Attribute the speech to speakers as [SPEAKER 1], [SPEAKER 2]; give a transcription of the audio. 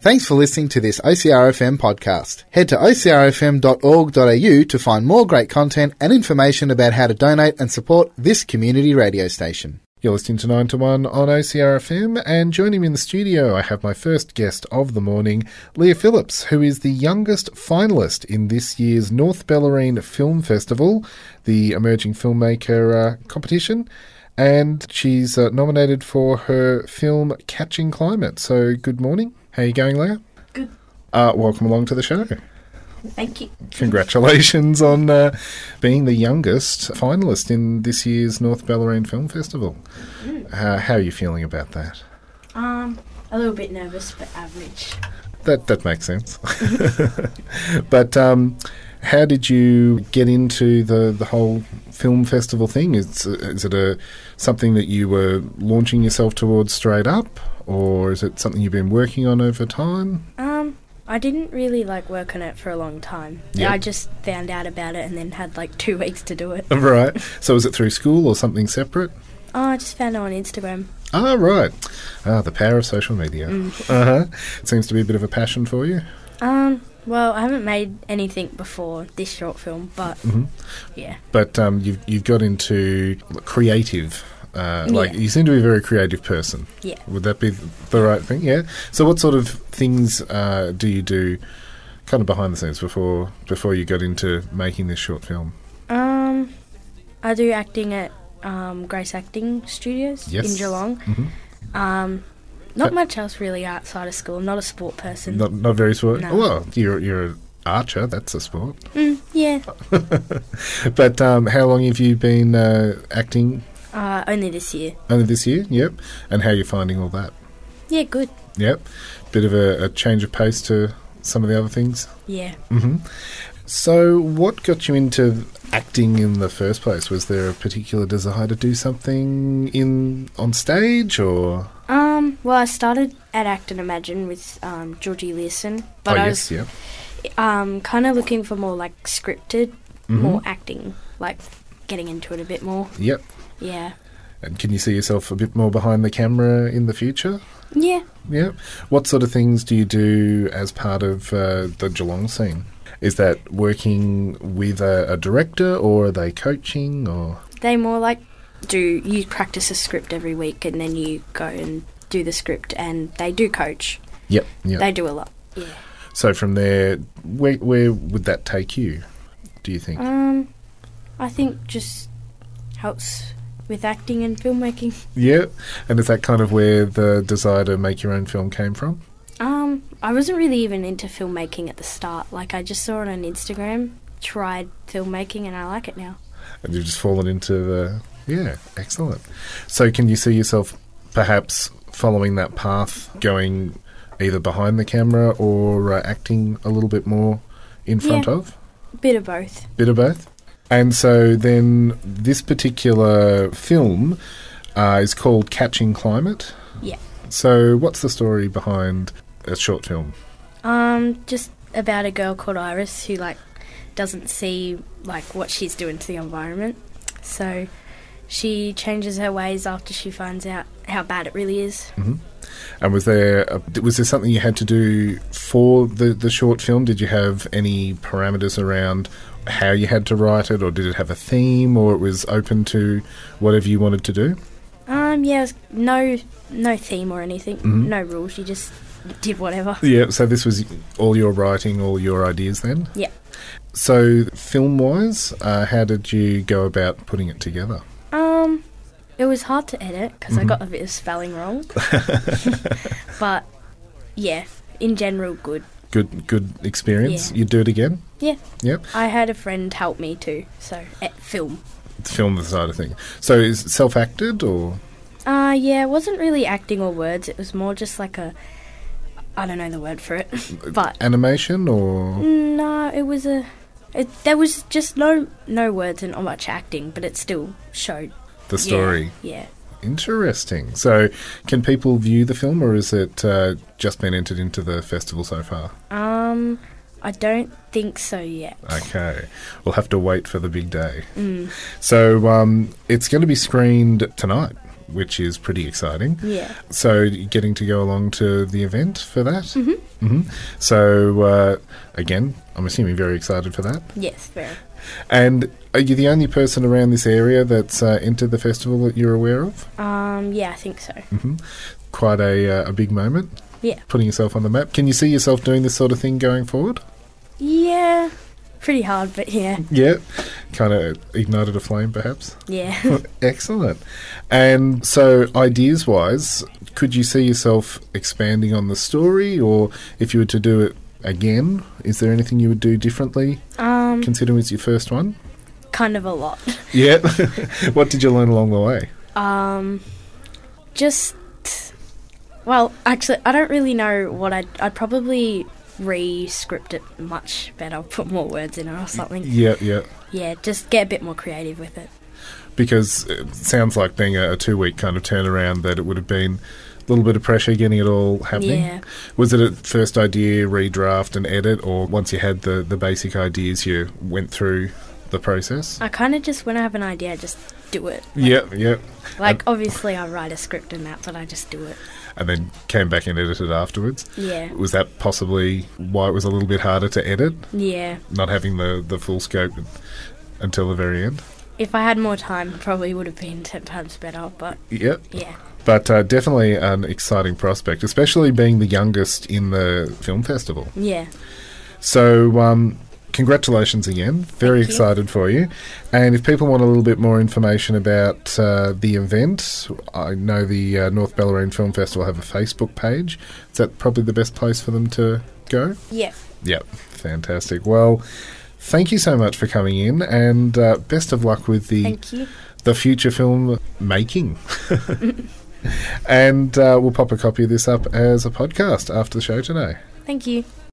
[SPEAKER 1] Thanks for listening to this OCRFM podcast. Head to ocrfm.org.au to find more great content and information about how to donate and support this community radio station.
[SPEAKER 2] You're listening to 9 to 1 on OCRFM, and joining me in the studio, I have my first guest of the morning, Leah Phillips, who is the youngest finalist in this year's North Bellarine Film Festival, the Emerging Filmmaker uh, competition. And she's uh, nominated for her film Catching Climate. So, good morning. How you going, Leah?
[SPEAKER 3] Good.
[SPEAKER 2] Uh, welcome along to the show.
[SPEAKER 3] Thank you.
[SPEAKER 2] Congratulations on uh, being the youngest finalist in this year's North Bellarine Film Festival. Uh, how are you feeling about that?
[SPEAKER 3] Um, a little bit nervous, but average.
[SPEAKER 2] That that makes sense. but um, how did you get into the, the whole film festival thing? Is is it a something that you were launching yourself towards straight up, or is it something you've been working on over time?
[SPEAKER 3] Um, I didn't really like work on it for a long time.
[SPEAKER 2] Yeah.
[SPEAKER 3] I just found out about it and then had like two weeks to do it.
[SPEAKER 2] Right. So is it through school or something separate?
[SPEAKER 3] Oh, I just found it on Instagram.
[SPEAKER 2] Ah, right. Ah, the power of social media.
[SPEAKER 3] Mm.
[SPEAKER 2] Uh huh. It seems to be a bit of a passion for you.
[SPEAKER 3] Um, well, I haven't made anything before this short film, but
[SPEAKER 2] Mm-hmm.
[SPEAKER 3] yeah,
[SPEAKER 2] but um, you've you've got into creative. Uh, Like
[SPEAKER 3] Yeah.
[SPEAKER 2] you seem to be a very creative person.
[SPEAKER 3] Yeah.
[SPEAKER 2] Would that be the right thing? Yeah. So what sort of things uh, do you do, kind of behind the scenes before before you got into making this short film?
[SPEAKER 3] um, I do acting at um, Grace Acting Studios
[SPEAKER 2] Yes.
[SPEAKER 3] in Geelong.
[SPEAKER 2] Mm-hmm.
[SPEAKER 3] Um, not much else really outside of school. I'm not a sport person.
[SPEAKER 2] Not not very sport.
[SPEAKER 3] No.
[SPEAKER 2] Well, you're you're an archer. That's a sport.
[SPEAKER 3] Mm, yeah,
[SPEAKER 2] But um, how long have you been uh, acting?
[SPEAKER 3] uh, only this year.
[SPEAKER 2] Only this year. Yep. And how are you finding all that?
[SPEAKER 3] Yeah, good.
[SPEAKER 2] Yep. Bit of a, a change of pace to some of the other things.
[SPEAKER 3] Yeah.
[SPEAKER 2] So, what got you into acting in the first place? Was there a particular desire to do something in on stage, or
[SPEAKER 3] Um, well, I started at Act and Imagine with um, Georgie Learson, but
[SPEAKER 2] oh
[SPEAKER 3] I
[SPEAKER 2] yes,
[SPEAKER 3] was
[SPEAKER 2] yeah,
[SPEAKER 3] um, kind of looking for more like scripted,
[SPEAKER 2] Mm-hmm.
[SPEAKER 3] more acting, like getting into it a bit more.
[SPEAKER 2] yep.
[SPEAKER 3] Yeah.
[SPEAKER 2] And can you see yourself a bit more behind the camera in the future?
[SPEAKER 3] Yeah.
[SPEAKER 2] Yep. What sort of things do you do as part of uh, the Geelong scene? Is that working with a, a director, or are they coaching, or
[SPEAKER 3] They more like do you practice a script every week and then you go and do the script and they do coach.
[SPEAKER 2] yep, yep.
[SPEAKER 3] They do a lot. Yeah.
[SPEAKER 2] so from there, where, where would that take you? Do you think?
[SPEAKER 3] Um, I think just helps with acting and filmmaking.
[SPEAKER 2] Yeah, and is that kind of where the desire to make your own film came from?
[SPEAKER 3] Um, I wasn't really even into filmmaking at the start. Like, I just saw it on Instagram, tried filmmaking, and I like it now.
[SPEAKER 2] And you've just fallen into the yeah, excellent. So can you see yourself perhaps following that path, going either behind the camera or uh, acting a little bit more in front
[SPEAKER 3] Yeah.
[SPEAKER 2] of?
[SPEAKER 3] Bit of both.
[SPEAKER 2] bit of both. And so then this particular film uh, is called Catching Climate.
[SPEAKER 3] Yeah.
[SPEAKER 2] So what's the story behind a short film?
[SPEAKER 3] Um, just about a girl called Iris who, like, doesn't see, like, what she's doing to the environment. So she changes her ways after she finds out how bad it really is.
[SPEAKER 2] And was there a, was there something you had to do for the the short film? Did you have any parameters around how you had to write it, or did it have a theme, or it was open to whatever you wanted to do?
[SPEAKER 3] Um, yeah, it's no, no theme or anything. No rules. She just did whatever.
[SPEAKER 2] Yeah. So this was all your writing, all your ideas then.
[SPEAKER 3] Yeah.
[SPEAKER 2] So film wise, uh, how did you go about putting it together?
[SPEAKER 3] Um, it was hard to edit because
[SPEAKER 2] Mm-hmm.
[SPEAKER 3] I got a bit of spelling wrong. but yeah, in general, good.
[SPEAKER 2] Good good experience.
[SPEAKER 3] Yeah.
[SPEAKER 2] You'd do it again.
[SPEAKER 3] Yeah,
[SPEAKER 2] Yep.
[SPEAKER 3] I had a friend help me too. So at film.
[SPEAKER 2] Film the side of thing. So is it self acted or
[SPEAKER 3] Uh, yeah, it wasn't really acting or words. It was more just like a, I don't know the word for it, but
[SPEAKER 2] animation or
[SPEAKER 3] no, it was a. It, there was just no no words and not much acting, but it still showed
[SPEAKER 2] the
[SPEAKER 3] yeah,
[SPEAKER 2] story?
[SPEAKER 3] Yeah,
[SPEAKER 2] Interesting. So, can people view the film, or is it uh, just been entered into the festival so far?
[SPEAKER 3] Um, I don't think so yet.
[SPEAKER 2] Okay, we'll
[SPEAKER 3] Mm.
[SPEAKER 2] have to wait for the big day. So, um, it's going to be screened tonight which is pretty exciting.
[SPEAKER 3] Yeah.
[SPEAKER 2] So, getting to go along to the event for that. Mm-hmm. So, uh, again, I'm assuming very excited for that.
[SPEAKER 3] Yes, very.
[SPEAKER 2] And are you the only person around this area that's uh, entered the festival that you're aware of?
[SPEAKER 3] Um, yeah, I think so.
[SPEAKER 2] Quite a, uh, a big moment.
[SPEAKER 3] Yeah.
[SPEAKER 2] Putting yourself on the map. Can you see yourself doing this sort of thing going forward?
[SPEAKER 3] Yeah. Pretty hard, but yeah.
[SPEAKER 2] Yeah. Kind of ignited a flame, perhaps.
[SPEAKER 3] Yeah.
[SPEAKER 2] Excellent. And so, ideas wise, could you see yourself expanding on the story, or if you were to do it again, is there anything you would do differently,
[SPEAKER 3] um,
[SPEAKER 2] considering it's your first one?
[SPEAKER 3] kind of a lot.
[SPEAKER 2] Yeah. what did you learn along the way?
[SPEAKER 3] Um, just well, actually, I don't really know what I'd. I'd probably re-script it much better, put more words in it or something.
[SPEAKER 2] Yeah, yeah.
[SPEAKER 3] Yeah, just get a bit more creative with it.
[SPEAKER 2] Because it sounds like being a, a two week kind of turnaround that it would have been a little bit of pressure getting it all happening.
[SPEAKER 3] Yeah.
[SPEAKER 2] Was it a first idea, redraft, and edit, or once you had the, the basic ideas, you went through the process?
[SPEAKER 3] I kind of just when I have an idea, I just do it.
[SPEAKER 2] Yep, yep.
[SPEAKER 3] Like obviously, I write a script and that, but I just do it.
[SPEAKER 2] and then came back and edited afterwards.
[SPEAKER 3] Yeah,
[SPEAKER 2] Was that possibly why it was a little bit harder to edit,
[SPEAKER 3] yeah.
[SPEAKER 2] not having the, the full scope until the very end?
[SPEAKER 3] If I had more time, it probably would have been ten times better. But
[SPEAKER 2] Yep.
[SPEAKER 3] yeah,
[SPEAKER 2] But uh, definitely an exciting prospect, especially being the youngest in the film festival.
[SPEAKER 3] yeah.
[SPEAKER 2] So, um, congratulations again. Very
[SPEAKER 3] Thank you.
[SPEAKER 2] excited for you. And if people want a little bit more information about uh, the event, I know the uh, North Bellarine Film Festival have a Facebook page. Is that probably the best place for them to go?
[SPEAKER 3] Yeah.
[SPEAKER 2] Yep, fantastic. Well, thank you so much for coming in, and uh, best of luck with the
[SPEAKER 3] Thank you.
[SPEAKER 2] the future film making. and uh, we'll pop a copy of this up as a podcast after the show today.
[SPEAKER 3] Thank you.